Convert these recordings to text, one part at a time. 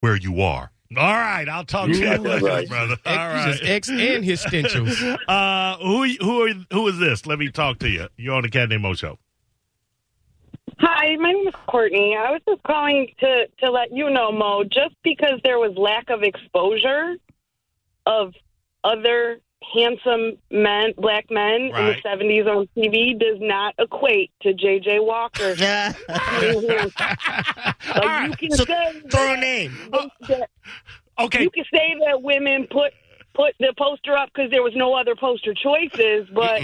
where you are. All right, I'll talk to you Yeah, later, right. brother. All His right. ex and his stentials. Uh, who who are, who is this? Let me talk to you. You're on the Cat Named Mo show. Hi, my name is Courtney. I was just calling to to let you know, Mo, just because there was lack of exposure of other handsome men, black men in the Right. seventies on TV, does not equate to J.J. Walker. Yeah. All Like, you right. Uh, can So- say Throw a name. that, Okay. you can say that women put put the poster up because there was no other poster choices, but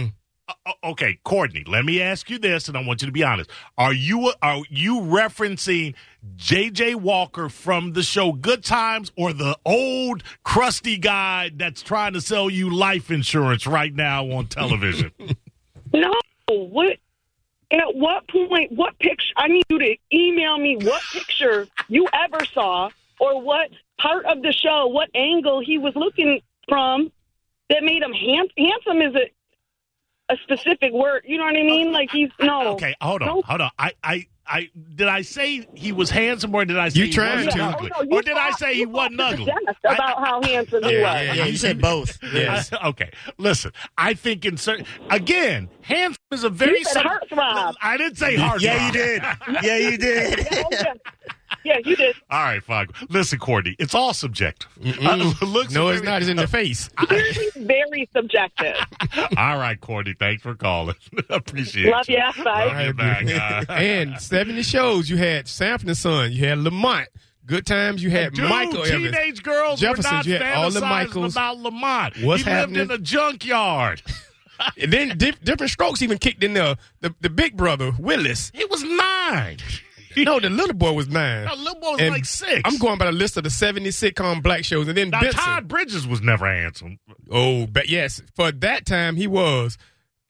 Uh, okay, Courtney, let me ask you this, and I want you to be honest. Are you are you referencing J.J. Walker from the show Good Times, or the old crusty guy that's trying to sell you life insurance right now on television? No, what? And at what point? What picture? I need you to email me what picture you ever saw, or what part of the show, what angle he was looking from that made him hand- handsome. Is it a specific word? You know what I mean? Like he's no. okay, hold on, No. hold on. I I. I did I say he was handsome, or did I say You he trying wasn't to. ugly, Oh, no, you or did I thought- say he you thought wasn't to ugly? death I- About how handsome he was. yeah, Yeah, you said both. Yes. I- okay, listen. I think in certain again, handsome is a very. You said sub- heartthrob. I didn't say heartthrob. Yeah, you did. Yeah, you did. Oh, yeah. yeah, you did. All right, fine. Listen, Courtney, it's all subjective. Uh, looks No, it's very- not. It's in the face. Clearly very subjective. All right, Courtney, thanks for calling. Appreciate Love you. ya. Bye. Love you back. Uh, and 70 shows, you had Sanford and Son, you had Lamont. Good times, you had Dude, Michael Evans. teenage girls Jefferson, were not you had all the fantasizing Michaels. about Lamont. What's he happening? lived in a junkyard. And then di- different strokes even kicked in there. The, the big brother, Willis. He was nine. No, the little boy was nine. Now, little boy was And like six. I'm going by the list of the 70 sitcom black shows. And then Now, Benson. Todd Bridges was never handsome. Oh, but yes, for that time he was,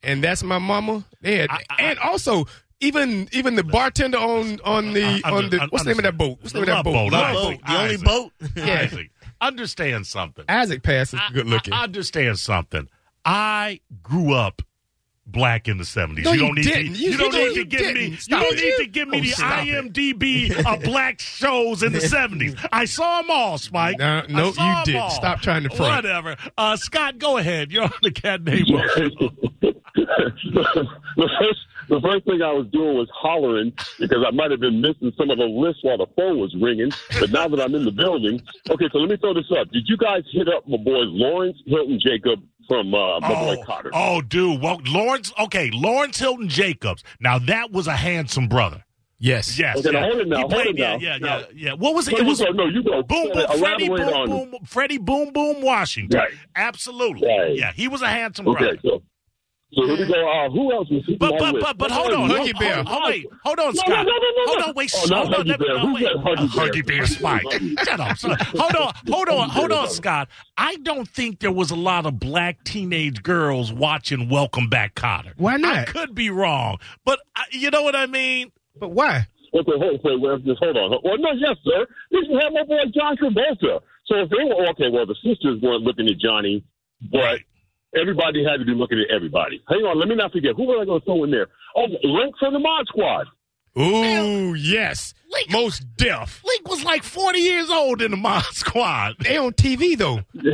and that's my mama. Yeah, I- I- and also even even the bartender on on the I- I on the under- what's the name of that boat? What's the name of that Love boat, love boat? Love Right. Boat. The only Isaac. boat. Yeah. Isaac, understand something. Isaac passes I- good looking. I, understand something. I grew up black in the seventies. No, you you don't need didn't. to. You- You, don't you need to didn't. give You me. didn't. You Stop don't it. need to give me Oh, the stop it. IMDb of black shows in the seventies. I saw them all, Spike. No, I no, saw you 'em didn't. all. Stop trying to front. Whatever. Uh, Scott, go ahead. You're on the cat name. the first the first thing I was doing was hollering because I might have been missing some of the list while the phone was ringing. But now that I'm in the building, okay. So let me throw this up. Did you guys hit up my boy Lawrence Hilton Jacob from uh, my boy Cotter? oh, dude. Well, Lawrence. Okay, Lawrence Hilton Jacobs. Now that was a handsome brother. yes, Yes. Okay, yeah. now hold it now, He hold played- it yeah, now. yeah, Now- yeah, yeah. What was it? So it you was go- no, you go. Boom Boom uh, Elaborate Freddie Boom on it. Boom Freddie Boom Boom Washington. Right. Absolutely. Right. Yeah, he was a handsome brother. Okay, so so here we go. Uh, who else was he But on but with? but but hold on, No, hold, Huggy Bear. hold, hold, wait, hold on, no, Scott. no, no, no, hold no. on, wait, Oh, sh- not hold on, Huggy let me- Bear. no, Who wait. said Huggy Uh, Bear? Huggy Bear Spike. Shut up, son. Hold on, hold on, hold on, Scott. I don't think there was a lot of black teenage girls watching Welcome Back, Cotter. Why not? I could be wrong, but I, you know what I mean. but why? Okay, hold, wait, wait, just hold on. Well, no, yes, sir. You should have my boy John Travolta. So if they were okay, well, the sisters weren't looking at Johnny, but everybody had to be looking at everybody. Hang on, let me not forget. Who was I going to throw in there? Oh, Link from the Mod Squad. Ooh, yes, Link- most deaf. Link was like forty years old in the mod squad. They on TV though. Yeah,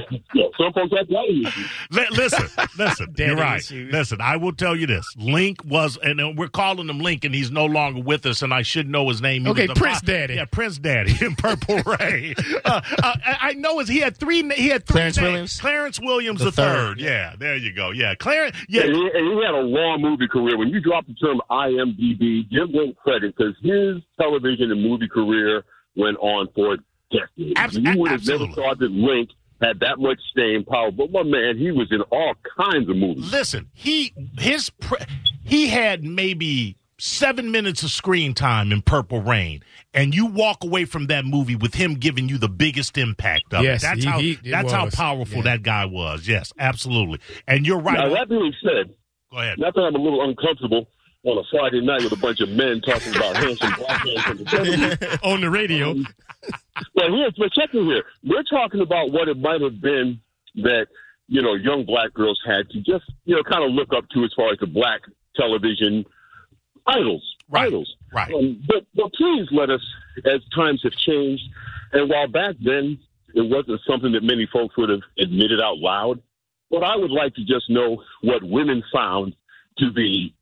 some folks have daddy issues. Li- listen, listen. Daddy you're right. issues. Listen, I will tell you this. Link was, and uh, we're calling him Link, and he's no longer with us, and I should know his name. He Okay, was the Prince pop- Daddy. Yeah, Prince Daddy in Purple Rain. uh, uh, I I know his. He had three. na- He had three Clarence names. Williams? Clarence Williams the, The third. third. Yeah, there you go. Yeah, Clarence. Yeah, Yeah, and he, and he had a long movie career. When you drop the term IMDb, give Link credit because his television and movie career went on for decades. Abs- you would have absolutely. never thought that Link had that much staying power, but my man, he was in all kinds of movies. listen. He his pre- he had maybe. Seven minutes of screen time in Purple Rain, and you walk away from that movie with him giving you the biggest impact of Yes, it. That's he- how he- it that's how was. powerful Yeah. that guy was. Yes, absolutely. And you're right. Now, that being said, Go ahead. not that I'm a little uncomfortable on a Friday night with a bunch of men talking about handsome black men from the 70s, on the radio. but here's, but check it here. We're talking about what it might have been that, you know, young black girls had to just, you know, kind of look up to as far as the black television idols. Right, Idols. right. Um, but, but please let us, as times have changed, And while back then it wasn't something that many folks would have admitted out loud, but I would like to just know what women found to be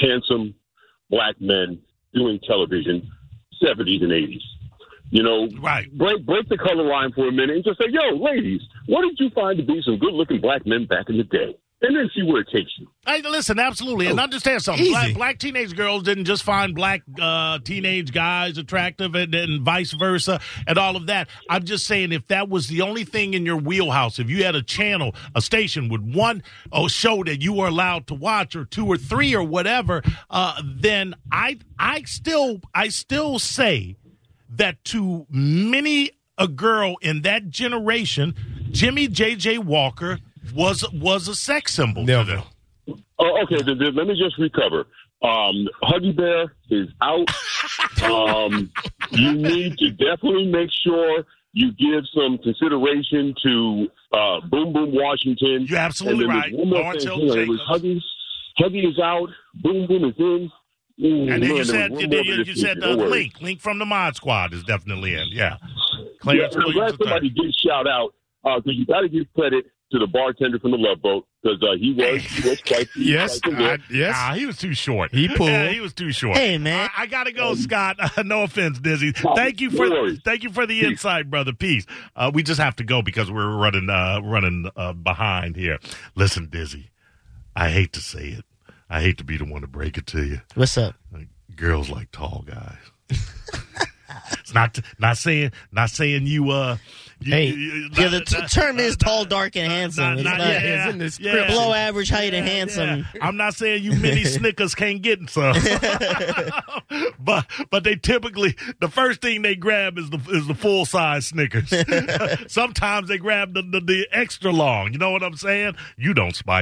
handsome black men doing television, 70s and 80s. You know, Right. break break the color line for a minute and just say, "Yo, ladies, what did you find to be some good-looking black men back in the day?" And then see where it takes you. Hey, listen, absolutely, and understand something. Black, black teenage girls didn't just find black uh, teenage guys attractive, and, and vice versa, and all of that. I'm just saying, if that was the only thing in your wheelhouse, if you had a channel, a station with one oh, show that you were allowed to watch, or two or three, or whatever, uh, then I, I still, I still say that to many a girl in that generation, Jimmy J.J. Walker was was a sex symbol. to Never. them. Oh, okay, then, then let me just recover. Um, Huggy Bear is out. um, you need to definitely make sure you give some consideration to uh, Boom Boom Washington. You're absolutely and then right. there's One more Lawrence thing. Hill Hang on, it was Jacobs. Huggy. Huggy is out. Boom Boom is in. Ooh, And then man, you there said was you, one more you, for this you said season. uh, Don't worry. Link. Link from the Mod Squad is definitely in. Yeah, Yeah, Clarence and I'm Williams glad somebody III. did shout out because you got to give credit to the bartender from the Love Boat because uh, he was he was quite he was Yes, quite the I, yes. Nah, he was too short. He pulled. Yeah, he was too short. Hey, man. I, I gotta go, Scott. no offense, Dizzy. Oh, No, Thank you for no worries. thank you for the insight, brother. Peace. Uh, we just have to go because we're running uh, running uh, behind here. Listen, Dizzy, I hate to say it. I hate to be the one to break it to you. What's up? Like, girls like tall guys. it's not not saying not saying you uh you, Hey, you- you- yeah, the not- t- not- term is not- tall, dark, and handsome. not- It's not- not- yeah, it's in the yeah, script. Below average height and handsome. yeah. I'm not saying you mini Snickers can't get some, but but they typically the first thing they grab is the is the full size Snickers. Sometimes they grab the, the the extra long. You know what I'm saying? You don't spike.